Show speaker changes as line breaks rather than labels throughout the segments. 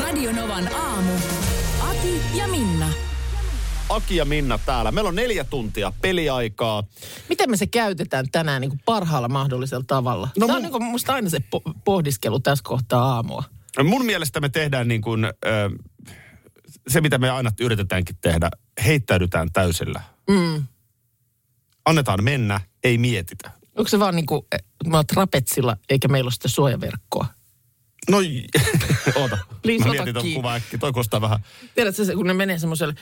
Radionovan aamu. Aki ja Minna.
Aki ja Minna täällä. Meillä on neljä tuntia peliaikaa.
Miten me se käytetään tänään niin kuin parhaalla mahdollisella tavalla? No Tämä on
mun-
niin kuin musta aina se po- pohdiskelu tässä kohtaa aamua.
Mun mielestä me tehdään niin kuin, ö, se, mitä me aina yritetäänkin tehdä. Heittäydytään täysillä. Mm. Annetaan mennä, ei mietitä.
Onko se vaan niin kuin, mä oon trapetsilla eikä meillä ole sitä suojaverkkoa?
No, j- oota.
Please,
Mä
ota
mietin ton
kiinni.
kuva äkkiä. Toi kostaa vähän.
Tiedätkö, se, kun ne menee semmoiselle,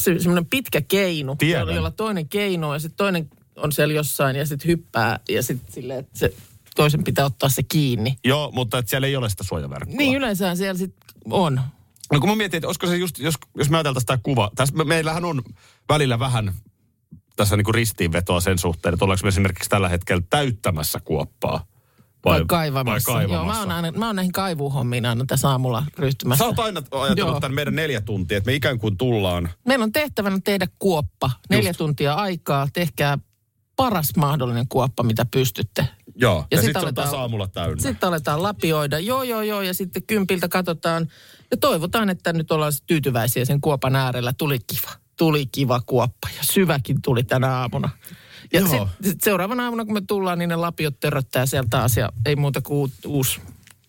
se, semmoinen pitkä keinu,
Tiedän.
jolla- jolla toinen keino ja sitten toinen on siellä jossain ja sitten hyppää ja sitten silleen, että se toisen pitää ottaa se kiinni.
Joo, mutta et siellä ei ole sitä suojaverkkoa.
Niin yleensä siellä sitten on.
No kun mä mietin, että olisiko se just, jos, jos me ajateltaisiin tämä kuva. Tässä, me, meillähän on välillä vähän tässä niin kuin ristiinvetoa sen suhteen, että ollaanko me esimerkiksi tällä hetkellä täyttämässä kuoppaa.
Vai, vai kaivamassa.
Vai
Joo, mä
kaivamassa.
oon, aina, mä oon näihin kaivuhommiin aina tässä aamulla ryhtymässä.
Sä oot aina ajatellut
Joo.
tämän meidän neljä tuntia, että me ikään kuin tullaan.
Meillä on tehtävänä tehdä kuoppa. Neljä Just. tuntia aikaa. Tehkää paras mahdollinen kuoppa, mitä pystytte.
Joo, ja, ja
sit
sitten se on
aletaan-
taas aamulla täynnä.
Sitten aletaan lapioida. Joo, joo, joo. Ja sitten kympiltä katsotaan. Ja toivotaan, että nyt ollaan sit tyytyväisiä sen kuopan äärellä. Tuli kiva. Tuli kiva kuoppa. Ja syväkin tuli tänä aamuna. Ja
Joo.
sitten sit seuraavana aamuna, kun me tullaan, niin ne lapiot törröttää sieltä taas. Ja ei muuta kuin uut- uusi.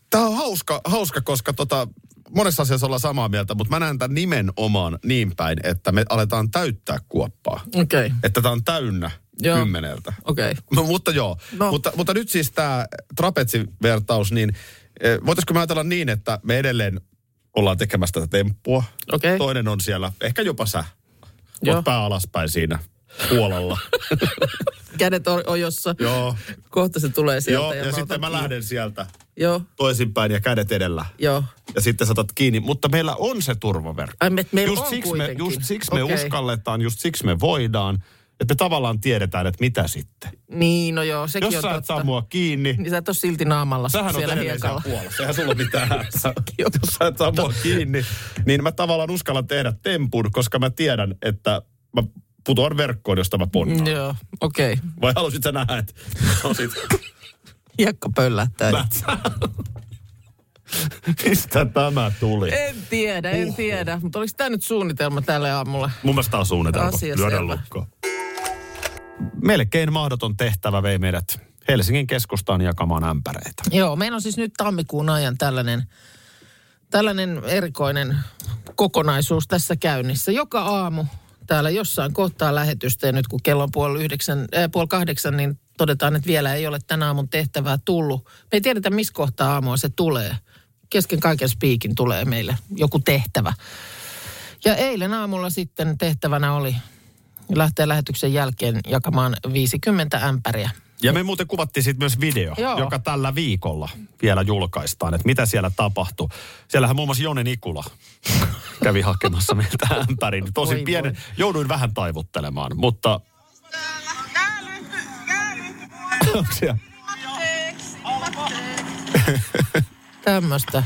Tämä on hauska, hauska koska tota, monessa asiassa ollaan samaa mieltä, mutta mä näen tämän nimenomaan niin päin, että me aletaan täyttää kuoppaa.
Okei. Okay.
Että tämä on täynnä
Joo.
kymmeneltä.
Okei. Okay.
No, mutta joo. No.
No.
Mutta, mutta nyt siis tämä trapetsivertaus, niin eh, voitaisiko me ajatella niin, että me edelleen ollaan tekemässä tätä temppua.
Okei.
Toinen on siellä, ehkä jopa sä,
Joo.
oot pää alaspäin siinä puolella.
Kädet on, on jossa.
joo,
Kohta se tulee sieltä.
joo ja,
mä
sitten
otan
mä
kiinni.
lähden sieltä
Joo,
toisinpäin ja kädet edellä.
joo.
Ja sitten sä otat kiinni, mutta meillä on se turvaverkko.
Ai, me, Äh, meillä
just,
on
siksi me,
kuitenkin.
just siksi me
Okei.
uskalletaan, just siksi me voidaan, että me tavallaan tiedetään, että mitä sitten.
Niin, no joo, sekin
Jos
on
sä et
totta.
saa mua kiinni,
Niin sä et ole silti naamalla
Sähän on
siellä
edelleen siellä
hiekalla.
puolella. Sehän sulla on mitään. hätää. Jos sä et saa mua kiinni, niin mä tavallaan uskallan tehdä tempun, koska mä tiedän, että mä putoan verkkoon, josta mä ponnaan.
Mm, Joo, okei. Okay.
Vai halusit sä nähdä, että no sit
Hiekka pöllähtää.
lätsä. Mistä tämä tuli?
En tiedä, en
Uhu.
Uhu. tiedä. Mutta oliko tämä nyt suunnitelma tälle aamulle?
Mun mielestä on suunnitelma.
Asia
Lyödään
selvä.
lukkoon. Melkein mahdoton tehtävä vei meidät Helsingin keskustaan jakamaan ämpäreitä.
Joo, meillä on siis nyt tammikuun ajan tällainen, tällainen erikoinen kokonaisuus tässä käynnissä. Joka aamu täällä jossain kohtaa lähetystä ja nyt kun kello on puoli, yhdeksän, äh, puoli kahdeksan, niin todetaan, että vielä ei ole tänä aamun tehtävää tullut. Me ei tiedetä, missä kohtaa aamua se tulee. Kesken kaiken spiikin tulee meille joku tehtävä. Ja eilen aamulla sitten tehtävänä oli lähteä lähetyksen jälkeen jakamaan 50 ämpäriä.
Ja me muuten kuvattiin siitä myös video, Joo.
Joo.
joka tällä viikolla vielä julkaistaan, että mitä siellä tapahtui. Siellähän muun muassa Jone Nikula kävi hakemassa meiltä ämpärin. Tosi
Voi
pienen,
voi.
jouduin vähän taivuttelemaan, mutta... Onko siellä?
Tämmöistä.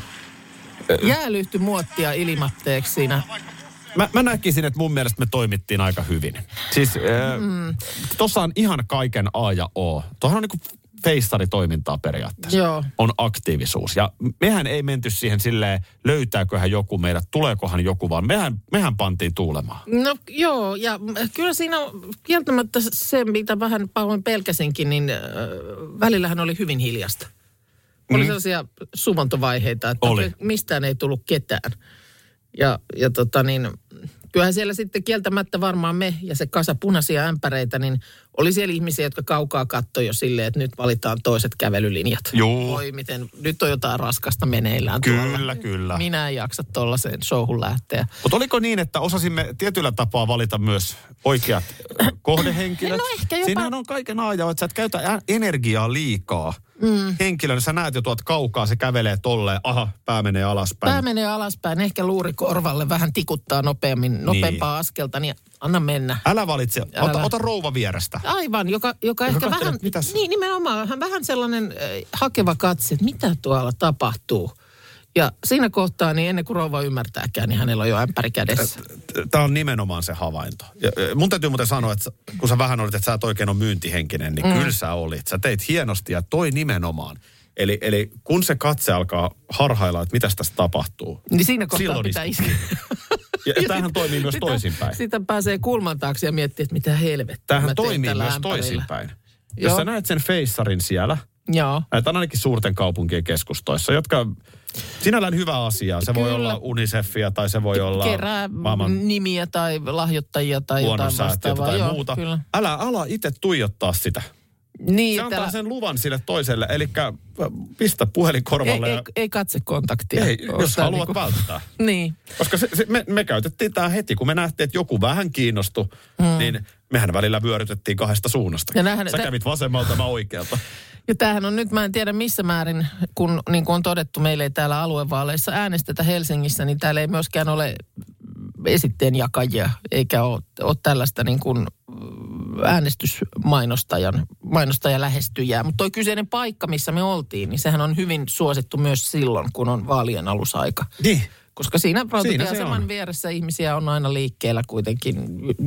Jäälyhty muottia ilmatteeksi siinä.
Mä, mä näkisin, että mun mielestä me toimittiin aika hyvin. Siis äh,
Mm-hmm.
mm. tossa on ihan kaiken A ja O. Tuohan on niinku feistaritoimintaa periaatteessa.
Joo.
On aktiivisuus. Ja mehän ei menty siihen silleen, löytääköhän joku meidät, tuleekohan joku, vaan mehän, mehän pantiin tuulemaan.
No joo, ja mm, kyllä siinä on kieltämättä se, mitä vähän pahoin pelkäsinkin, niin äh, välillähän oli hyvin hiljasta. Oli
Mm.
sellaisia suvantovaiheita, että
Oli.
oli. mistään ei tullut ketään. Ja, ja tota niin, kyllähän siellä sitten kieltämättä varmaan me ja se kasa punaisia ämpäreitä, niin Oli siellä ihmisiä, jotka kaukaa katsoi jo silleen, että nyt valitaan toiset kävelylinjat.
Juu.
Voi miten, nyt on jotain raskasta meneillään tuolla.
Kyllä, kyllä.
Minä en jaksa tollaiseen showhun lähteä.
Mutta oliko niin, että osasimme tietyllä tapaa valita myös oikeat äh, kohdehenkilöt?
No ehkä jopa-
Siinähän on kaiken ajaa, että sä et käytä ä- energiaa liikaa. Mm. Henkilön, sä näet jo tuot kaukaa, se kävelee tolleen, aha, pää menee alaspäin.
Pää menee alaspäin, ehkä luuri korvalle vähän tikuttaa
Niin.
nopeammin, nopeampaa askelta, niin anna mennä.
Älä valitse,
Älä.
ota, ota rouva vierestä.
Aivan, joka, joka ehkä
katselee,
vähän,
että mitäs-
niin nimenomaan, hän vähän sellainen äh, hakeva katse, että mitä tuolla tapahtuu. Ja siinä kohtaa, niin ennen kuin rouva ymmärtääkään, niin hänellä on jo ämpäri kädessä.
Tämä on nimenomaan se havainto. Ja, ja mun täytyy muuten sanoa, että sä- kun sä vähän olit, että sä et oikein ole myyntihenkinen, niin mm. kyllä sä olit. Sä teit hienosti ja toi nimenomaan. Eli, eli kun se katse alkaa harhailla, että mitä tässä tapahtuu.
Niin siinä kohtaa
Silloin
pitää
istuu.
iskeä.
Ja tämähän toimii myös
sitä-
toisinpäin.
Sitä pääsee kulman taakse ja miettii, että mitä helvettiä mä
Tämähän
teen
toimii
tällä
myös
ämpärillä.
toisinpäin. Jos
Joo.
sä näet sen feissarin siellä,
Joo.
näitä on ainakin suurten kaupunkien keskustoissa, jotka sinällään hyvä asia. Se voi
Kyllä.
olla Unicefia tai se voi olla
Kerää
maailman
nimiä tai lahjoittajia tai jotain
luonnonsäätiötä
vastaavaa.
tai
Joo,
muuta.
Kyllä.
Älä ala itse tuijottaa sitä.
Niin,
Se
että
antaa
älä-
sen luvan sille toiselle, eli pistä puhelin
ei,
korvalle.
ei, ei katse kontaktia.
ja, ei, jos haluat niinku... välttää.
Niin.
Koska se, se, me, me käytettiin tämä heti, kun me nähtiin, että joku vähän kiinnostui, mm. niin mehän välillä vyörytettiin kahdesta suunnasta.
Ja nähän-
Sä
nä-
kävit vasemmalta, mä oikealta.
Ja tämähän on nyt, mä en tiedä missä määrin, kun niin kuin on todettu, meillä ei täällä aluevaaleissa äänestetä Helsingissä, niin täällä ei myöskään ole esitteen jakajia, eikä ole, ole tällaista niin kuin mm, äänestysmainostajan mainostaja lähestyjää. Mutta toi kyseinen paikka, missä me oltiin, niin sehän on hyvin suosittu myös silloin, kun on vaalien alusaika.
Niin.
Koska siinä
se
rautatieaseman
on.
vieressä ihmisiä on aina liikkeellä kuitenkin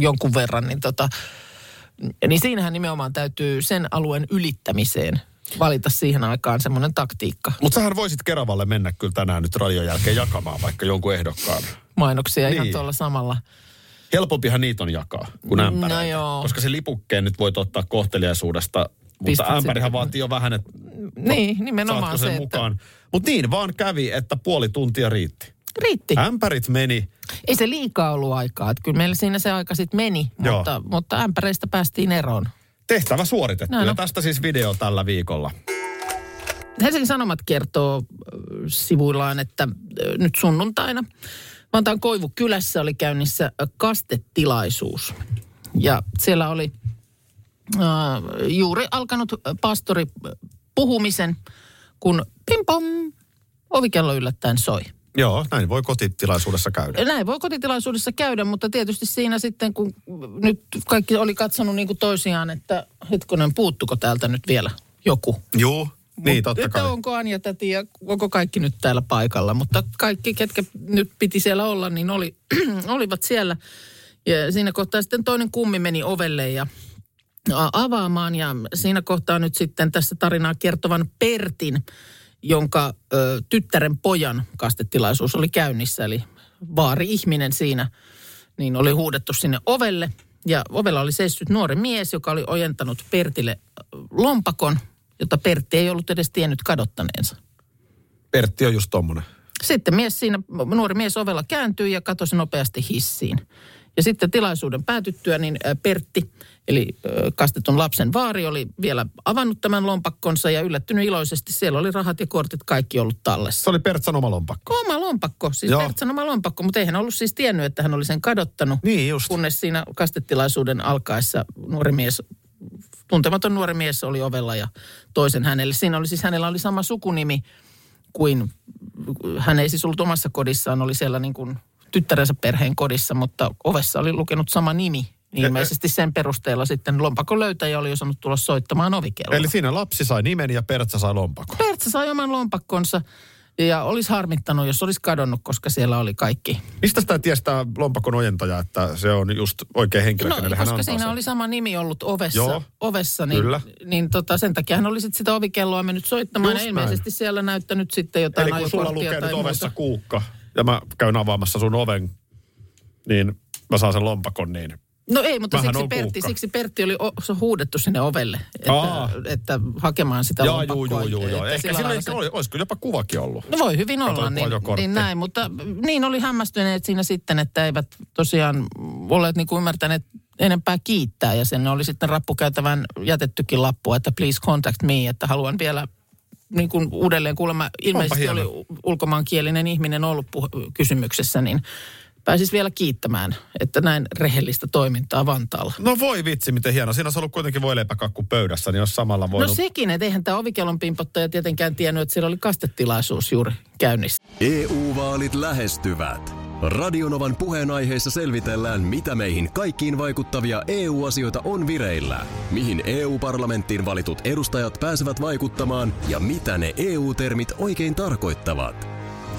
jonkun verran, niin, tota, niin siinähän nimenomaan täytyy sen alueen ylittämiseen valita siihen aikaan semmoinen taktiikka.
Mutta sähän voisit Keravalle mennä kyllä tänään nyt radion jälkeen jakamaan vaikka jonkun ehdokkaan.
Mainoksia ihan
Niin.
tuolla samalla.
Helpompihan niitä on jakaa kuin ämpäreitä.
No joo.
Koska se lipukkeen nyt voit ottaa kohteliaisuudesta, mutta
Pistät sen-
ämpärihän vaatii jo vähän, että
Niin, nimenomaan
saatko
se,
sen
että
mukaan. Mutta niin vaan kävi, että puoli tuntia riitti.
riitti.
Ämpärit meni.
Ei se liikaa ollut aikaa. Että kyllä meillä siinä se aika sitten meni,
Joo.
mutta, mutta ämpäreistä päästiin eroon.
Tehtävä suoritettu.
No, no.
Ja tästä siis video tällä viikolla.
Helsingin Sanomat kertoo äh, sivuillaan, että äh, nyt sunnuntaina Vantaan Koivukylässä oli käynnissä äh, kastetilaisuus. Ja siellä oli äh, juuri alkanut äh, pastori äh, puhumisen, kun pim pom, ovikello yllättäen soi.
Joo, näin voi kotitilaisuudessa käydä.
Näin voi kotitilaisuudessa käydä, mutta tietysti siinä sitten, kun nyt kaikki oli katsonut niin kuin toisiaan, että hetkonen, puuttuko täältä nyt vielä joku?
Joo, niin
Mut
totta
että
kai.
onko Anja täti ja onko kaikki nyt täällä paikalla. Mutta kaikki, ketkä nyt piti siellä olla, niin oli, olivat siellä. Ja siinä kohtaa sitten toinen kummi meni ovelle ja a- avaamaan. Ja siinä kohtaa nyt sitten tässä tarinaa kertovan Pertin, jonka ö, tyttären pojan kastetilaisuus oli käynnissä. Eli vaari-ihminen siinä, niin oli huudettu sinne ovelle. Ja ovella oli seissyt nuori mies, joka oli ojentanut Pertille ö, lompakon, jota Pertti ei ollut edes tiennyt kadottaneensa.
Pertti on just tommonen.
Sitten mies siinä, nuori mies ovella kääntyi ja katosi nopeasti hissiin. Ja sitten tilaisuuden päätyttyä, niin ö, Pertti, eli ö, kastetun lapsen vaari, oli vielä avannut tämän lompakkonsa ja yllättynyt iloisesti. Siellä oli rahat ja kortit kaikki ollut tallessa.
Se oli Pertsan oma lompakko.
Oma lompakko, siis
Joo.
Pertsan oma lompakko, mutta eihän ollut siis tiennyt, että hän oli sen kadottanut.
Niin just.
Kunnes siinä kastetilaisuuden alkaessa nuori mies, tuntematon nuori mies oli ovella ja toisen hänelle. Siinä oli siis, hänellä oli sama sukunimi kuin, hän ei siis ollut omassa kodissaan, oli siellä niin kuin tyttärensä perheen kodissa, mutta ovessa oli lukenut sama nimi. Niin
Ja-
Ilmeisesti sen perusteella sitten lompakon löytäjä oli osannut tulla soittamaan ovikelloa.
Eli siinä lapsi sai nimen ja Pertsa sai lompakon.
Pertsa sai oman lompakkonsa ja olisi harmittanut, jos olisi kadonnut, koska siellä oli kaikki.
Mistä sitä tiestää lompakon ojentaja, että se on just oikea henkilö,
No,
kenelle hän
koska
antaa
siinä
sen?
oli sama nimi ollut ovessa,
Joo,
ovessa niin,
kyllä.
niin tota, sen takia hän oli sit sitä ovikelloa mennyt soittamaan.
Just
ja ilmeisesti siellä näyttänyt sitten jotain
Eli kun sulla
ajokorttia
lukee
tai
nyt
muuta.
ovessa kuukka ja mä käyn avaamassa sun oven, niin mä saan sen lompakon, niin
No ei, mutta
Mähän
siksi
on
Pertti,
kuukka.
siksi Pertti oli o, se huudettu sinne ovelle, että,
Aa.
että hakemaan sitä
Joo,
lompakkoa.
joo, joo, joo, joo.
että
Ehkä
sillä
sillä
lailla
ehkä
se-
oli, olisiko jopa kuvakin ollut.
No voi hyvin olla,
Katsoin, kun
niin,
ajokortti.
niin näin, mutta niin oli hämmästyneet siinä sitten, että eivät tosiaan olleet niin kuin ymmärtäneet enempää kiittää. Ja sinne oli sitten rappukäytävän jätettykin lappu, että please contact me, että haluan vielä niin kuin uudelleen kuulemma. Ilmeisesti oli
hieno.
u- ulkomaankielinen ihminen ollut puh- kysymyksessä, niin pääsis vielä kiittämään, että näin rehellistä toimintaa Vantaalla.
No voi vitsi, miten hieno. Siinä olisi ollut kuitenkin voileipäkakku pöydässä, niin olisi samalla voinut...
No sekin, että eihän tämä ovikellon pimpottaja tietenkään tiennyt, että siellä oli kastetilaisuus juuri käynnissä.
EU-vaalit E lähestyvät. Radionovan puheenaiheessa selvitellään, mitä meihin kaikkiin vaikuttavia EU-asioita on vireillä, mihin EU-parlamenttiin valitut edustajat pääsevät vaikuttamaan ja mitä ne EU-termit oikein tarkoittavat.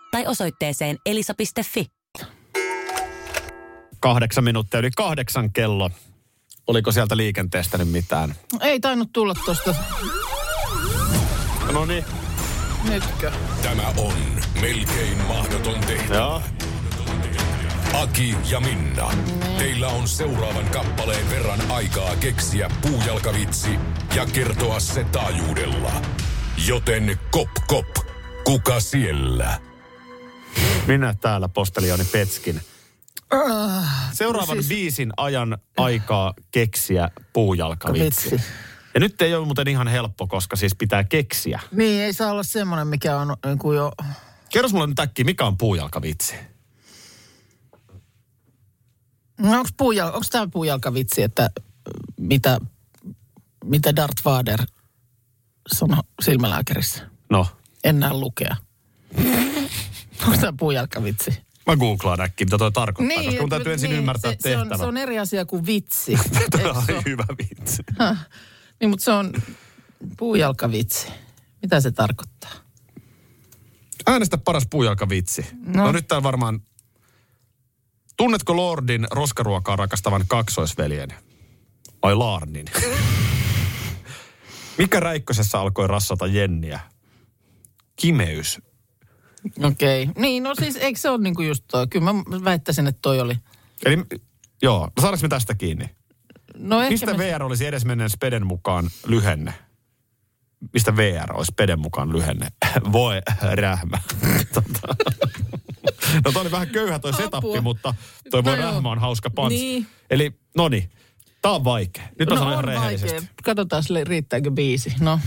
tai osoitteeseen elisa.fi.
Kahdeksan minuuttia yli kahdeksan kello. Oliko sieltä liikenteestä nyt mitään?
Ei tainnut tulla tuosta
No niin.
nytkö.
Tämä on melkein mahdoton tehtävä.
Joo.
Aki ja Minna, teillä on seuraavan kappaleen verran aikaa keksiä puujalkavitsi ja kertoa se taajuudella. Joten kop kop, kuka siellä?
Minä täällä postelioni Petskin.
Ah,
Seuraavan siis... viisin ajan aikaa keksiä puujalkavitsi.
Vitsi.
Ja nyt ei ole muuten ihan helppo, koska siis pitää keksiä.
Niin, ei saa olla semmoinen, mikä on niin kuin jo...
Kerros mulle nyt äkkiä, mikä on puujalkavitsi?
No onko puujal... tämä puujalkavitsi, että mitä, mitä Darth Vader sanoi silmälääkärissä?
No,
En näe lukea. onko tämä puujalkavitsi?
mä googlaan äkkiä, mitä toi tarkoittaa, niin, koska mun täytyy ensin niin, ymmärtää
se, se,
tehtävä.
on, se on eri asia kuin vitsi.
Tämä
Eikö se
oli
ole?
hyvä vitsi.
niin, mutta se on puujalkavitsi. Mitä se tarkoittaa?
Äänestä paras puujalkavitsi. No, no nyt tää varmaan... Tunnetko Lordin roskaruokaa rakastavan kaksoisveljen? Vai Laarnin? Mikä Räikkösessä alkoi rassata Jenniä? Kimeys.
Okei. Okay. Niin, no siis eikö se ole niinku just toi? Kyllä mä väittäisin, että toi oli.
Eli joo, no saadaanko me tästä kiinni?
No ehkä
Mistä
me...
VR olisi edesmenneen Speden mukaan lyhenne? Mistä VR olisi Speden mukaan lyhenne? Voi rähmä. Tota. no toi oli vähän köyhä toi
Apua.
setappi, mutta toi voi
No joo.
rähmä on hauska pants.
Niin.
Eli no niin, tää on vaikea. Nyt
no
mä sanon
on
ihan rehellisesti.
vaikea. Katsotaan sille, riittääkö biisi. No.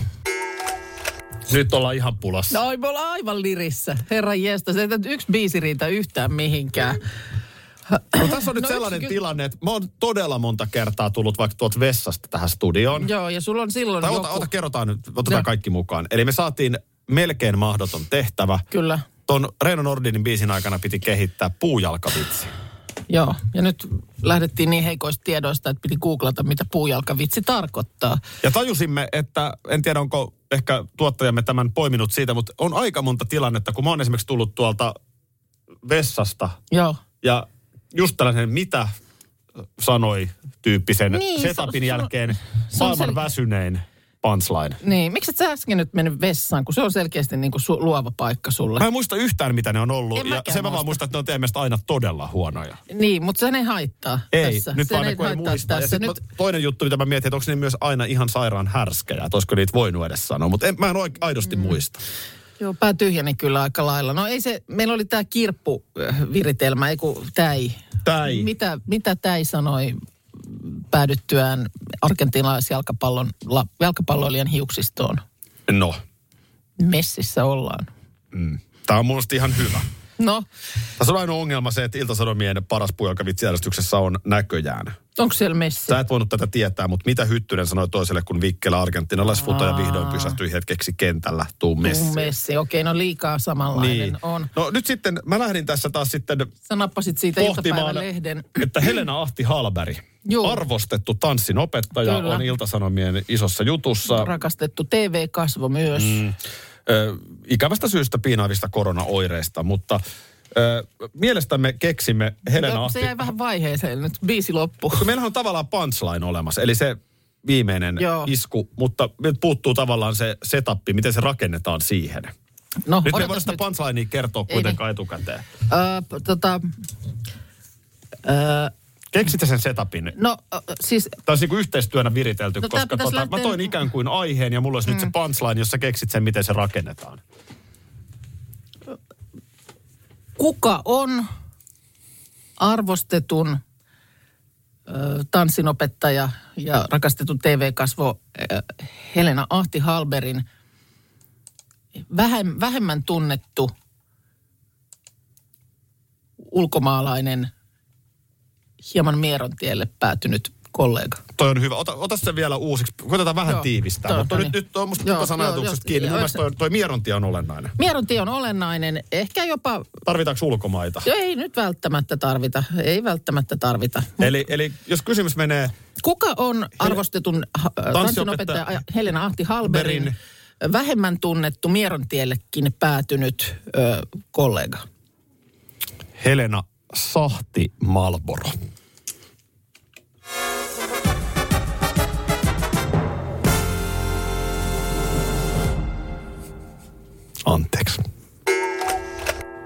Nyt ollaan ihan pulassa.
No ei me ollaan aivan lirissä. Herra jestä, se ei tätä yksi biisi riitä yhtään mihinkään.
No, tässä on nyt
No,
sellainen
yksi-
tilanne, että mä oon todella monta kertaa tullut vaikka tuolta vessasta tähän studioon.
Joo, ja sulla on silloin
Tai
joku. No.
ota, ota, kerrotaan nyt, otetaan
Joo.
kaikki mukaan. Eli me saatiin melkein mahdoton tehtävä.
Kyllä,
Ton Reino Nordinin biisin aikana piti kehittää puujalkavitsi.
joo. Ja nyt lähdettiin niin heikoista tiedoista, että piti googlata, mitä puujalkavitsi tarkoittaa.
Ja tajusimme, että en tiedä onko ehkä tuottajamme tämän poiminut siitä, mutta on aika monta tilannetta, kun mä oon esimerkiksi tullut tuolta vessasta
Joo.
ja just tällaisen mitä äh, sanoi tyyppisen
Niin,
niin,
se-
setupin
se-
jälkeen
se on
maailman
sel-
väsynein punchline.
Niin, miksi et sä äsken nyt mennyt vessaan, kun se on selkeästi niin kuin su- luova paikka sulle.
Mä en muista yhtään, mitä ne on ollut.
En
ja
mäkään
sen mä vaan
muista.
muistan, että ne on teidän mielestä aina todella huonoja.
Niin, mutta sen ei haittaa
Ei,
tässä.
nyt
sen
vaan ne, kun ei muista. Ja
tässä.
sit
Nyt,
mä- toinen juttu, mitä mä mietin, että onko ne myös aina ihan sairaan härskejä, että olisiko niitä voinut edes sanoa, mutta en, mä en oike, aidosti mm. muista.
Joo, pää tyhjäni kyllä aika lailla. No ei se, meillä oli tämä kirppuviritelmä, ei kun täi.
Täi.
Mitä, mitä täi sanoi päädyttyään argentinalaisjalkapallon, la- jalkapalloilijan hiuksistoon?
No,
Messissä ollaan.
tämä on musta ihan hyvä.
No,
Tässä on ainoa ongelma se, että Iltasanomien paras puujalkavitsijärjestyksessä on näköjään.
onko siellä messi?
Sä et voinut tätä tietää, mutta mitä Hyttynen sanoi toiselle, kun Vikkelä argentinalaisfutaja vihdoin pysähtyi hetkeksi kentällä. Tuu
Tuu
messiin.
messi. Okei, no liikaa samanlainen
Niin.
on.
No nyt sitten, mä lähdin tässä taas sitten
Sä nappasit siitä
pohtimaan,
iltapäivän lehden.
että Helena Ahti Halberg,
Joo.
arvostettu tanssin opettaja,
Kyllä.
on Iltasanomien isossa jutussa.
Rakastettu TV-kasvo myös. Mm.
ö, ikävästä syystä piinaavista koronaoireista, mutta ö, mielestämme keksimme Helena
se
Ahti.
jäi vähän vaiheeseen nyt. Biisi loppu.
Kun meillähän on tavallaan punchline olemassa, eli se viimeinen
Joo.
Joo. isku, mutta nyt puuttuu tavallaan se setappi, miten se rakennetaan siihen.
No,
Nyt me ei
odotas
voida sitä punchlinea kertoa
Ei niin.
kuitenkaan etukäteen.
Ö, tota, ö,
Keksitte sen setapin.
no ö, siis
Tämä olisi niinku yhteistyönä viritelty,
No,
no,
tää
koska
pitäisi
tota, lähteä... mä
lähteä-
toin ikään kuin aiheen ja mulla olisi mm. nyt se punchline, jossa keksit sen, miten se rakennetaan.
kuka on arvostetun ö, tanssinopettaja ja rakastetun TV-kasvo ö, Helena Ahti Halberin vähem- vähemmän tunnettu ulkomaalainen hieman mierontielle päätynyt kollega.
Toi on hyvä. Ota, ota se vielä uusiksi. Koitetaan vähän
Joo,
joo, tiivistää.
toi on
mutta nyt,
niin.
nyt on musta
Joo,
joo,
joo,
ajatuksesta
joo,
kiinni.
joo,
Mun mielestä
joo.
toi, toi mierontia on olennainen.
Mierontie on olennainen, ehkä jopa,
Tarvitaanko ulkomaita?
jo ei nyt välttämättä tarvita, ei välttämättä tarvita.
Eli, eli jos kysymys menee,
Kuka on arvostetun ha- tanssinopettaja
tanssinopettaja
Helena Ahti Halberin
Berin.
vähemmän tunnettu Mierontiellekin päätynyt ö, kollega?
Helena Sahti Malboro. Anteeksi.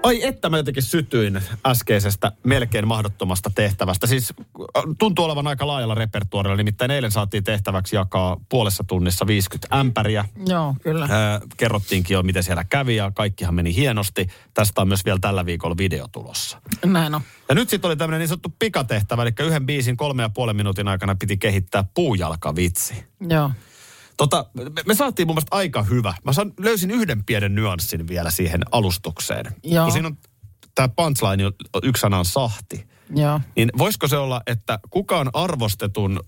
Ai että mä jotenkin sytyin äskeisestä melkein mahdottomasta tehtävästä. Siis äh, tuntuu olevan aika laajalla repertuarilla, nimittäin eilen saatiin tehtäväksi jakaa puolessa tunnissa 50 ämpäriä.
Joo, kyllä.
Öö, kerrottiinkin jo, miten siellä kävi ja kaikkihan meni hienosti. Tästä on myös vielä tällä viikolla video tulossa.
Näin on.
Ja nyt sitten oli tämmöinen niin sanottu pikatehtävä, eli yhden biisin kolme ja puolen minuutin aikana piti kehittää puujalkavitsi.
Joo.
Tota, me, me saatiin mun mielestä aika hyvä. Mä saan, löysin yhden pienen nyanssin vielä siihen alustukseen.
Joo.
Kun siinä on tämä punchline, on- yksi sana on sahti.
Joo.
Niin voisiko se olla, että kukaan arvostetun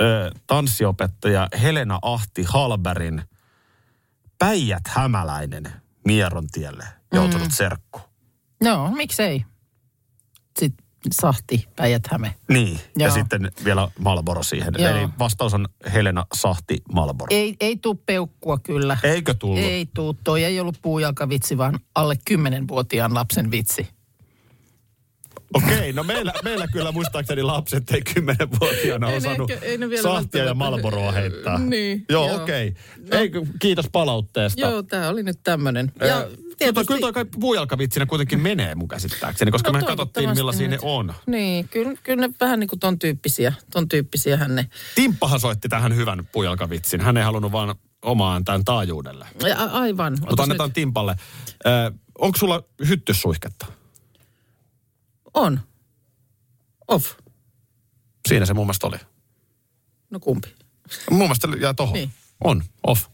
ö, tanssiopettaja Helena Ahti Halberin päijät hämäläinen Mierontielle joutunut mm. serkku?
Joo, miksei? Sitten Sahti, Päijät-Häme.
Niin, Joo.
Joo.
ja sitten vielä Malboro siihen.
Joo.
Joo. Eli vastaus on Helena Sahti Malboro. Ei.
Ei, ei tuu peukkua kyllä.
Eikö tullut?
Ei tuu. Toi ei ollut puujalkavitsi, vaan alle 10-vuotiaan lapsen vitsi.
Okei, no meillä, meillä kyllä muistaakseni lapset ei kymmenenvuotiaana
Ei ne
osannut
ehkä- ei ne vielä
sahtia ja
välttämättä-
Malboroa heittää.
Niin,
Joo,
joo.
okei. Okay. No. Kiitos palautteesta.
Joo, tämä oli nyt tämmöinen. Ja
Kyllä toi, kyllä toi kai puujalkavitsinä kuitenkin menee mun käsittääkseni, koska no, me katsottiin
toivottavasti
millaisia ne
nyt.
on.
Niin, kyllä, kyllä ne vähän niin kuin ton tyyppisiä, ton tyyppisiähän ne.
Timppahan soitti tähän hyvän puujalkavitsin. Hän ei halunnut vaan omaan tämän taajuudelle.
Ja a- aivan.
Mutta
Otas
annetaan
nyt-
Timpalle. Ö, onko sulla hyttyssuihketta?
On. Off.
Siinä se mun mielestä oli.
No kumpi?
Mun mielestä jää tohon.
Niin.
Niin. On, off.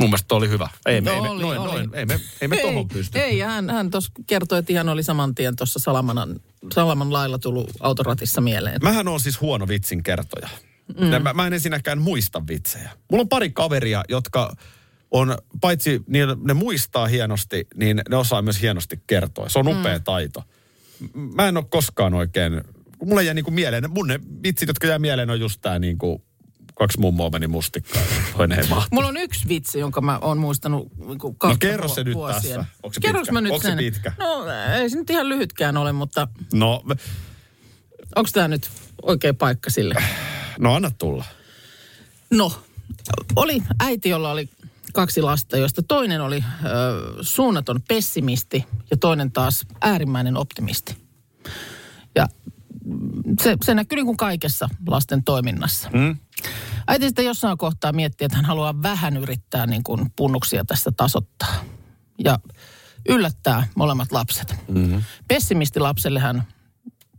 Mun mielestä toi oli hyvä. Ei me,
No
ei me,
oli,
noin,
oli.
noin, ei me, ei me tohon pysty.
ei, hän, hän tuossa kertoi, että ihan oli saman tien tuossa Salamanan, Salaman lailla tullut autoratissa mieleen.
Mähän on siis huono vitsin kertoja. Mm. Mä, mä en ensinnäkään muista vitsejä. Mulla on pari kaveria, jotka on, paitsi niin ne muistaa hienosti, niin ne osaa myös hienosti kertoa. Se on upea mm. taito. M- Mä en ole koskaan oikein, kun mulle jää niinku mieleen, ne- mun ne vitsit, jotka jää mieleen, on just tää niinku, kaksi mummoa meni mustikkaan. Toinen ei mahtunut.
Mulla on yksi vitsi, jonka mä oon muistanut niin kuin
No kerro se nyt tässä. Onko se
Kerros
pitkä?
mä nyt
Onko se
sen.
pitkä?
No ei se nyt ihan lyhytkään ole, mutta
No,
onko tämä nyt oikea paikka sille?
no anna tulla.
No, oli äiti, jolla oli kaksi lasta, joista toinen oli ö, suunnaton pessimisti ja toinen taas äärimmäinen optimisti. Ja mm, se, se näkyy niin kuin kaikessa lasten toiminnassa. Mm. Äiti sitten jossain kohtaa miettii, että hän haluaa vähän yrittää niin kuin punnuksia tästä tasottaa. Ja yllättää molemmat lapset. Mm-hmm. Pessimisti lapselle hän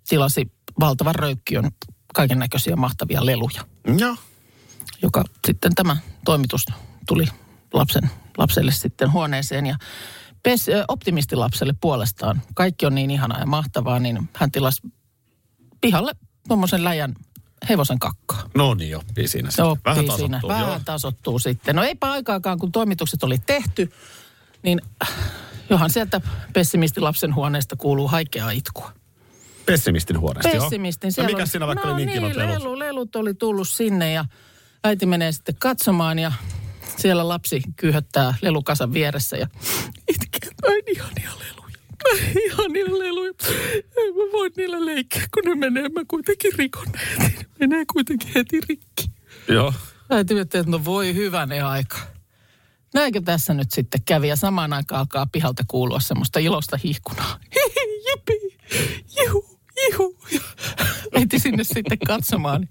tilasi valtavan röykkiön kaiken näköisiä mahtavia leluja
Joo.
joka sitten tämä toimitus tuli lapsen, lapselle sitten huoneeseen ja Pes, ö, optimistilapselle puolestaan. Kaikki on niin ihanaa ja mahtavaa, niin hän tilasi pihalle tuommoisen läjän hevosen kakkaa.
No niin, oppii siinä sitten.
Oppii
Vähän
siinä.
tasottuu.
Vähän
joo.
tasottuu sitten. No eipä aikaakaan, kun toimitukset oli tehty, niin johan sieltä pessimistilapsen huoneesta kuuluu haikeaa itkua.
Pessimistin huoneesta, joo.
Pessimistin
No
siellä
mikä
on-
siinä vaikka
no
oli niin kilot
niin,
lelut?
lelu, lelut oli tullut sinne ja äiti menee sitten katsomaan ja siellä lapsi kyyhöttää lelukasan vieressä ja itkee, mä en ihania leluja. Mä en ihania leluja. En mä voi niillä leikkiä, kun ne menee. Mä kuitenkin rikon ne heti. Ne menee kuitenkin heti rikki.
Joo.
Äiti miettii, että no voi hyvänen aika. Näinkö tässä nyt sitten kävi ja samaan aikaan alkaa pihalta kuulua semmoista ilosta hihkunaa. Hihi, jipi, jihu, jihu. Ja Äiti sinne sitten katsomaan.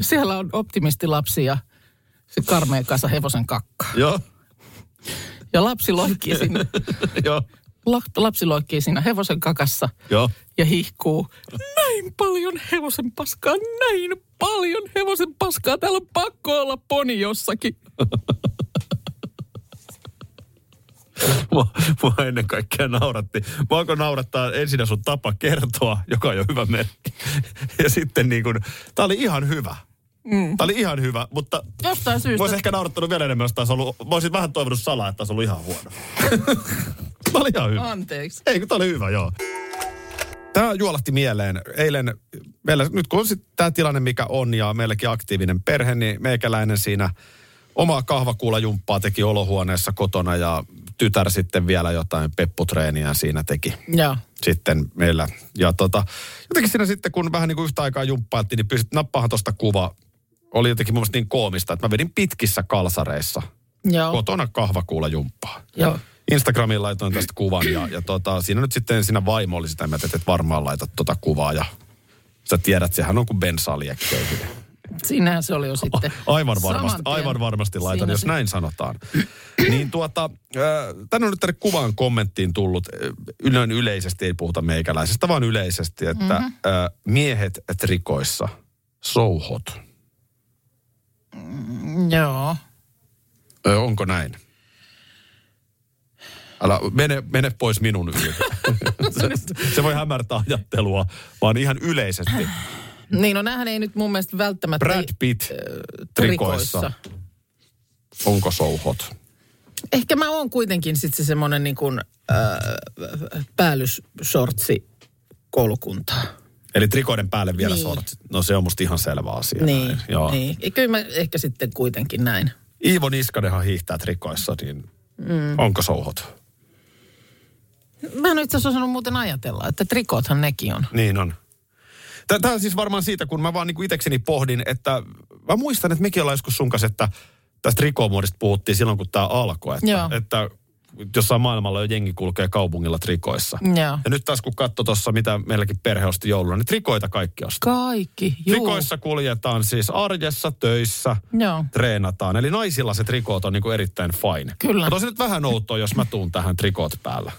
Siellä on optimistilapsi ja se karmea kasa hevosen kakka.
Joo.
Ja lapsi loikkii siinä,
Joo.
la- lapsi loikkii siinä hevosen kakassa
Joo.
ja hihkuu. Näin paljon hevosen paskaa, näin paljon hevosen paskaa. Täällä on pakko olla poni jossakin.
Mua, mua ennen kaikkea nauratti. Voiko naurattaa ensin sun tapa kertoa, joka on jo hyvä merkki. Ja sitten niin kuin, tää oli ihan hyvä. Mm. Tää oli ihan hyvä, mutta
Jostain syystä.
Voisi ehkä naurattanut vielä enemmän, jos taas ollut, mä olisin vähän toivonut salaa, että taas ollut ihan huono. Tämä oli ihan hyvä.
Anteeksi.
Ei, kun tämä oli hyvä, joo. Tämä juolahti mieleen. Eilen, meillä, nyt kun on tämä tilanne, mikä on, ja meilläkin aktiivinen perhe, niin meikäläinen siinä omaa kahvakuulajumppaa teki olohuoneessa kotona, ja tytär sitten vielä jotain pepputreeniä siinä teki
Joo.
sitten meillä. Ja tota, jotenkin siinä sitten, kun vähän niin kuin yhtä aikaa jumppailtiin, niin pystyt nappaahan tuosta kuva. Oli jotenkin mun mielestä niin koomista, että mä vedin pitkissä kalsareissa
Joo.
kotona kahvakuulla jumppaa.
Joo.
Instagramiin laitoin tästä kuvan ja, ja tota, siinä nyt sitten siinä vaimo oli sitä mieltä, että et varmaan laita tuota kuvaa ja sä tiedät, sehän on kuin bensaliekkeihin.
Siinähän se oli jo sitten.
Aivan varmasti,
Saman tien.
aivan varmasti laitan,
Siinä
jos
se-
näin sanotaan. niin tuota, äh, tänne on nyt tänne kuvaan kommenttiin tullut, äh, noin yleisesti ei puhuta meikäläisestä, vaan yleisesti, että mm-hmm. äh, miehet trikoissa, souhot.
Joo.
Äh, onko näin? Älä, mene, mene pois minun yli. se, se voi hämärtää ajattelua, vaan ihan yleisesti.
Niin, no näähän ei nyt mun mielestä välttämättä...
Brad Pitt trikoissa. Onko souhot?
Ehkä mä oon kuitenkin sitten se semmoinen niin kuin äh, päällyssortsi koulukuntaa.
Eli trikoiden päälle vielä niin.
Niin.
sortsit. No se on musta ihan selvä asia.
Niin,
Näin, Joo.
niin. Ja Kyllä mä ehkä sitten kuitenkin näin.
Iivo Niskanenhan hiihtää trikoissa, niin mm. onko souhot?
Mä en ole itse asiassa osannut muuten ajatella, että trikothan nekin on.
Niin on. Tämä on siis varmaan siitä, kun mä vaan niinku itekseni pohdin, että mä muistan, että mekin ollaan joskus sun kanssa, että tästä trikoomuodista puhuttiin silloin, kun tämä alkoi. Että,
Joo.
että jossain maailmalla jo jengi kulkee kaupungilla trikoissa.
Joo.
Ja nyt taas kun katsoo tuossa, mitä meilläkin perhe osti jouluna, niin trikoita kaikki osti.
Kaikki, juu.
Trikoissa kuljetaan siis arjessa, töissä,
Joo.
treenataan. Eli naisilla se trikoot on niinku erittäin fine.
Kyllä.
Mutta on se nyt vähän outoa, jos mä tuun tähän trikoot päällä.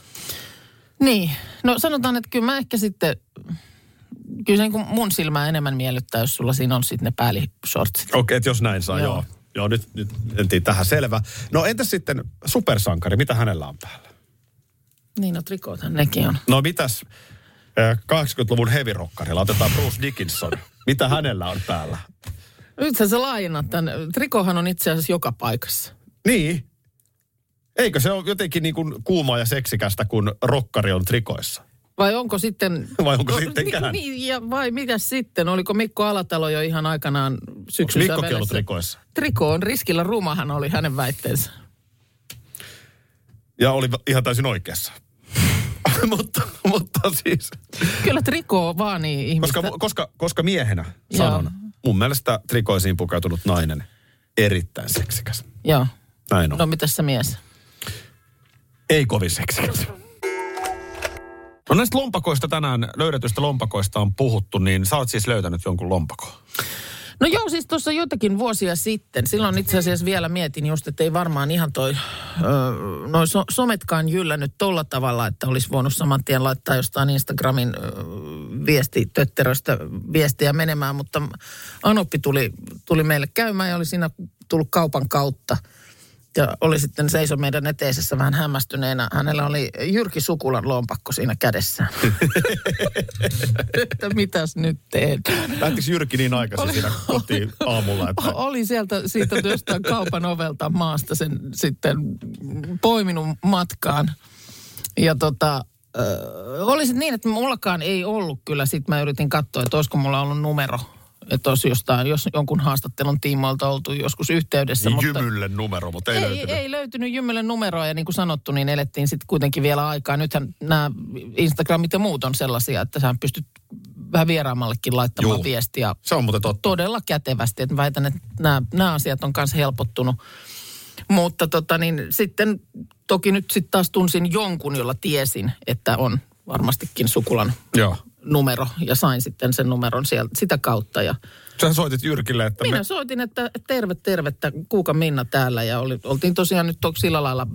Niin, no sanotaan, että kyllä mä ehkä sitten, kyllä se niin kuin mun silmää enemmän miellyttää, jos sulla siinä on sitten ne päällisortsit.
Okei, okay, että jos näin saa, joo.
Joo.
joo. Joo, nyt, nyt entiin tähän selvä. No entäs sitten supersankari, mitä hänellä on päällä?
Niin, no trikoothan nekin on.
No mitäs äh, 80-luvun heavyrokkarilla, otetaan Bruce Dickinson. mitä hänellä on päällä?
Nyt sä, sä laajennat tämän. Trikohan on itse asiassa joka paikassa.
Niin. Eikö se ole jotenkin niin kuin kuumaa ja seksikästä, kun rokkari on trikoissa?
Vai onko sitten...
Vai onko
No,
sittenkään?
Niin, ja vai mitä sitten? Oliko Mikko Alatalo jo ihan aikanaan
Onko
syksyllä
Mikkokin ollut trikoissa?
Triko on riskillä rumahan oli hänen väitteensä.
Ja oli ihan täysin oikeassa. mutta, mutta siis,
Niin, Kyllä trikoo vaan niin ihmistä.
koska, koska, koska miehenä
Joo.
sanon, mun mielestä trikoisiin pukeutunut nainen erittäin seksikäs.
Joo.
Näin on.
No mitäs se mies?
Ei kovin seksikäs. No näistä lompakoista tänään, löydetystä lompakoista on puhuttu, niin sä oot siis löytänyt jonkun lompakon.
No joo, siis tuossa joitakin vuosia sitten, silloin itse asiassa vielä mietin just, että ei varmaan ihan toi, ö, noi so, sometkaan jyllännyt tolla tavalla, että olisi voinut saman tien laittaa jostain Instagramin ö, viestitötteröstä viestiä menemään, mutta Anoppi tuli, tuli meille käymään ja oli siinä tullut kaupan kautta. Ja oli sitten seiso meidän eteisessä vähän hämmästyneenä. Hänellä oli Jyrki Sukulan lompakko siinä kädessä. että mitäs nyt tehdään?
Lähtikö Jyrki niin aikaisin siinä kotiin aamulla? Että...
Oli sieltä siitä jostain kaupan ovelta maasta sen sitten poiminut matkaan. Ja tota, Öö, oli se niin, että mullakaan ei ollut kyllä. Sitten mä yritin katsoa, että olisiko mulla ollut numero. Että olisi jostain, jos jonkun haastattelun tiimoilta oltu joskus yhteydessä. mutta
Jymylle numero, mutta Niin ei,
ei,
löytynyt.
ei löytynyt Jymmylle numeroa ja niin kuin sanottu, niin elettiin sitten kuitenkin vielä aikaa. Nythän nämä Instagramit ja muut on sellaisia, että sä pystyt vähän vieraamallekin laittamaan
Juu.
viestiä
Se on muuten totta.
todella kätevästi. Et mä väitän, että nämä, nämä asiat on myös helpottunut. Mutta tota, niin sitten toki nyt sitten taas tunsin jonkun, jolla tiesin, että on varmastikin sukulan
Joo.
numero ja sain sitten sen numeron sieltä, sitä kautta. Ja
Sä soitit Jyrkille, että
minä
me...
soitin, että terve, tervettä, Kuuka Minna täällä ja oli, oltiin tosiaan nyt to- sillä lailla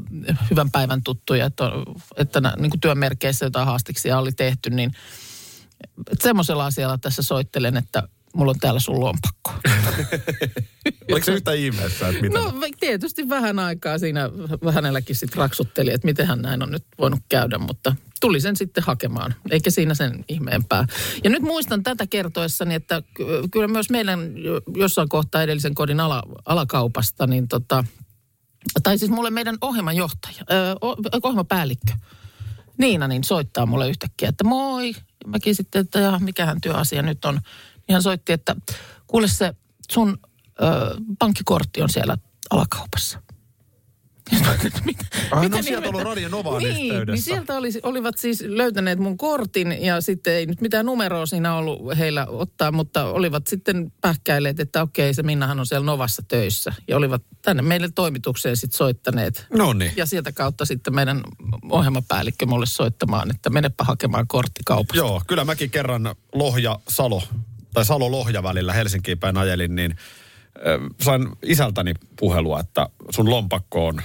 hyvän päivän tuttuja, että, että nä- niin kuin työmerkeissä jotain haastiksia oli tehty, niin että semmoisella asialla tässä soittelen, että mulla on täällä sun lompakko.
oliko se yhtään ihmeessä, että mitä?
No v- tietysti vähän aikaa siinä hänelläkin sitten raksutteli, että mitenhän näin on nyt voinut käydä, mutta tuli sen sitten hakemaan, eikä siinä sen ihmeempää. Ja nyt muistan tätä kertoessani, että ky- kyllä myös meidän jo- jossain kohtaa edellisen kodin ala, alakaupasta, niin tota, tai siis mulle meidän ohjelmanjohtaja, ö, o- ohjelmapäällikkö, Niina, niin soittaa mulle yhtäkkiä, että moi. Ja Mäkin sitten, että ja, mikähän työasia nyt on. Niin hän soitti, että kuule se sun ö, pankkikortti on siellä alakaupassa. Mitä,
Ai,
mitä
no sieltä
ihmettä?
ollut Radio Novaan
niin,
yhteydessä.
niin sieltä oli, olivat siis löytäneet mun kortin ja sitten ei nyt mitään numeroa siinä ollut heillä ottaa, mutta olivat sitten pähkäilleet, että okei se Minnahan on siellä Novassa töissä. Ja olivat tänne meille toimitukseen sitten soittaneet
No niin.
ja sieltä kautta sitten meidän ohjelmapäällikkö mulle soittamaan, että menepä hakemaan kortti kaupasta.
Joo, kyllä mäkin kerran Lohja-Salo, tai Salo-Lohja välillä Helsinkiin päin ajelin, niin ö, sain isältäni puhelua, että sun lompakko on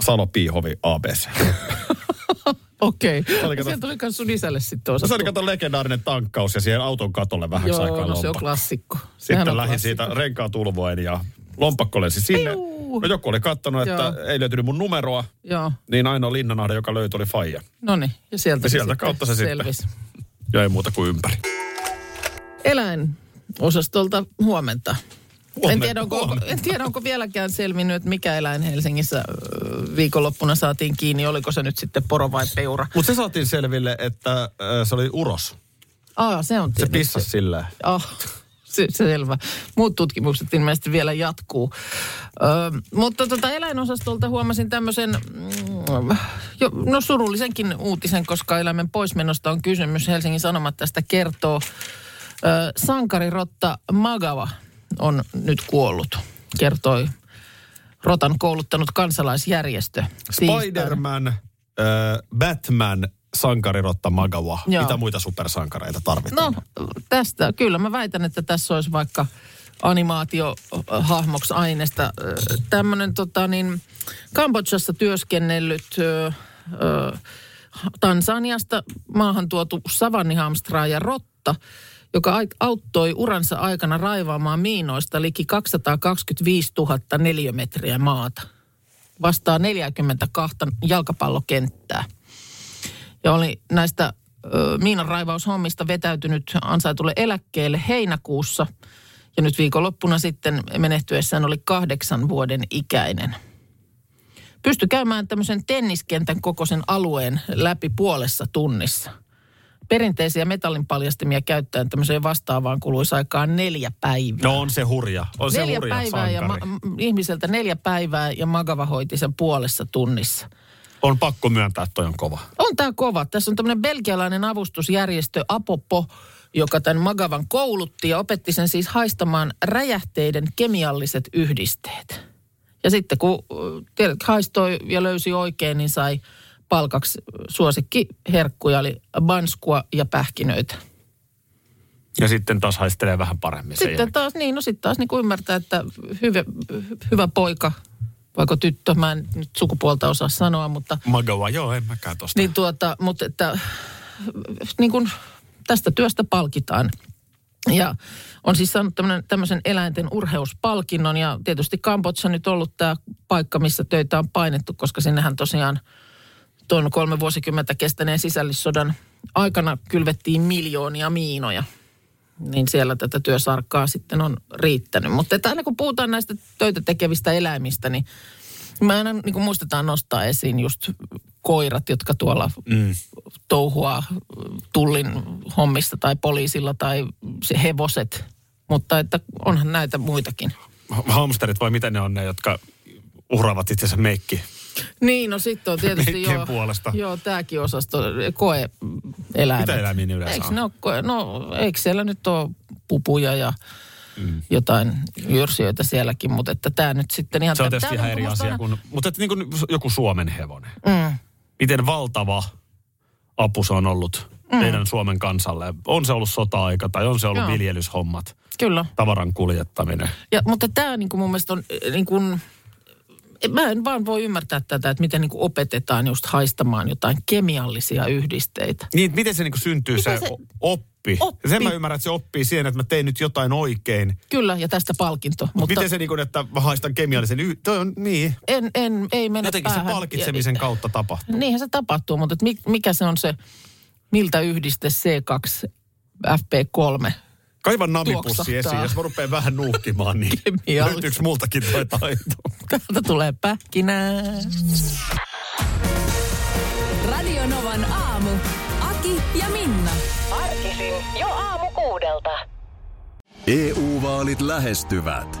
Salo Piihovi ABC.
Okei.
oli kato-
Okay. Sieltä tuli myös sun isälle sitten
No se
osattu.
oli kato legendaarinen tankkaus ja siihen auton katolle vähän aikaa
Joo, no se on
lompakko.
klassikko. Sehän
Sitten
on
lähin siitä renkaat ulvoen ja lompakko lensi sinne.
Piu!
No joku oli kattonut, että
Joo.
ei löytynyt mun numeroa,
Joo,
niin ainoa Linnanahde, joka löytyi, oli Faija.
no niin. Ja sieltä,
Ja sieltä kautta se sitten.
selvisi.
Ja ei muuta kuin ympäri.
Eläinosastolta huomenta.
Huomenta,
en, tiedä, onko,
huomenta.
en tiedä, onko vieläkään selvinnyt, että mikä eläin Helsingissä öö, viikonloppuna saatiin kiinni. Oliko se nyt sitten poro vai peura?
Mutta se saatiin selville, että ö, se oli uros.
Aa, se on
Se
tietysti.
pissasi silleen.
Ah, se, se selvä. Muut tutkimukset ilmeisesti vielä jatkuu. Ö, mutta tota eläinosastolta huomasin tämmöisen mm, jo, no surullisenkin uutisen, koska eläimen poismenosta on kysymys. Helsingin Sanomat tästä kertoo. Ö, sankarirotta Magava on nyt kuollut, kertoi rotan kouluttanut kansalaisjärjestö. Siis tiistaina.
Spider-Man, äh, Batman, sankarirotta Magawa.
Joo.
Mitä muita supersankareita tarvitaan?
No tästä, kyllä mä väitän, että tässä olisi vaikka animaatiohahmoksi aineesta tämmöinen tota niin, Kambodžassa työskennellyt ö, ö, Tansaniasta maahan tuotu savannihamstraaja Rotta, joka ai- auttoi uransa aikana raivaamaan miinoista liki 225 000 neliömetriä maata. Vastaa 42 jalkapallokenttää ja oli näistä ö, miinanraivaushommista vetäytynyt ansaitulle eläkkeelle heinäkuussa. Ja nyt viikonloppuna sitten menehtyessään oli kahdeksan vuoden ikäinen. Pysty käymään tämmöisen tenniskentän kokoisen alueen läpi puolessa tunnissa. Perinteisiä metallinpaljastimia käyttäen tämmöiseen vastaavaan kuluisi aikaan neljä päivää.
No on se hurja. On se
neljä
hurja
päivää ja ma-
sankari.
m- ihmiseltä neljä päivää ja Magava hoiti sen puolessa tunnissa.
On pakko myöntää, että toi on kova.
On tämä kova. Tässä on tämmöinen belgialainen avustusjärjestö Apopo, joka tämän Magavan koulutti ja opetti sen siis haistamaan räjähteiden kemialliset yhdisteet. Ja sitten kun ö, tiedät, haistoi ja löysi oikein, niin sai palkaksi suosikki herkkuja, eli banskua ja pähkinöitä.
Ja sitten taas haistelee vähän paremmin sen
Sitten
jälkeen.
taas, niin, no sitten taas niin kuin ymmärtää, että hyvä, hyvä poika, vaikka tyttö, mä en nyt sukupuolta osaa sanoa, mutta
Magawa, joo, en mäkään tosta.
Niin tuota, mutta että niin kun tästä työstä palkitaan. Ja on siis saanut tämmönen, tämmöisen eläinten urheuspalkinnon ja tietysti Kambodsa nyt ollut tämä paikka, missä töitä on painettu, koska sinnehän tosiaan tuon kolme vuosikymmentä kestäneen sisällissodan aikana kylvettiin miljoonia miinoja. Niin siellä tätä työsarkkaa sitten on riittänyt. Mutta että aina kun puhutaan näistä töitä tekevistä eläimistä, niin Mä aina niin kuin muistetaan nostaa esiin just koirat, jotka tuolla mm. touhua tullin hommissa tai poliisilla tai se hevoset. Mutta että onhan näitä muitakin.
Hamsterit vai miten ne on ne, jotka uhraavat itsensä meikki?
Niin, no sitten on tietysti
Leikkien
joo,
puolesta.
joo tämäkin osasto, koe-eläimet.
Mitä eläimiä ne yleensä
Eikö
on?
ne ole koe, no eikö siellä nyt ole pupuja ja mm. jotain jyrsijöitä sielläkin, mutta että tämä nyt sitten ihan...
Se on
tää-
tietysti
tää niinku
ihan eri
musta
asia,
aina-
kun, mutta että niin kuin joku Suomen hevonen.
Mm.
Miten valtava apu se on ollut meidän Suomen kansalle. On se ollut sota-aika tai on se ollut
Mm. Joo.
viljelyshommat,
Kyllä.
tavaran kuljettaminen.
Ja, mutta tämä niin mun mielestä on eh, niin kuin, mä en vaan voi ymmärtää tätä, että miten niin kuin opetetaan just haistamaan jotain kemiallisia yhdisteitä.
Niin, että miten se niin syntyy
Miten
se,
se-
o- oppi?
Oppi.
Sen mä ymmärrän, että se oppii siihen, että mä tein nyt jotain oikein.
Kyllä, ja tästä palkinto.
Mutta
Mutta
miten se niin kuin, että mä haistan kemiallisen yh... Toi on niin.
en, en, ei mene
Jotenkin se
päähän.
palkitsemisen kautta tapahtuu.
Ja, niinhän se tapahtuu, mutta et mi- mikä se on se, miltä yhdiste C2 FP3
Kaiva namipussi
Tuoksahtaa.
esiin, jos mä rupean vähän nuuhkimaan, niin
Kemiallis-
löytyykö multakin toi taito?
Täältä tulee pähkinää.
Radio Novan aamu. Aki ja Minna.
Arkisin jo aamu kuudelta.
EU-vaalit E lähestyvät.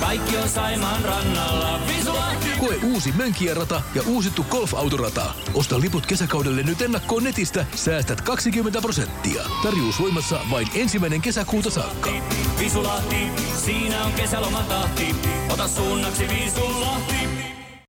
kaikki on Saimaan rannalla. Visuahti!
Koe uusi Mönkijärata ja uusittu golfautorata. Osta liput kesäkaudelle nyt ennakkoon netistä. Säästät 20 prosenttia. Tarjous voimassa vain ensimmäinen kesäkuuta saakka.
Visulahti, siinä on kesälomatahti. Ota suunnaksi Visulahti.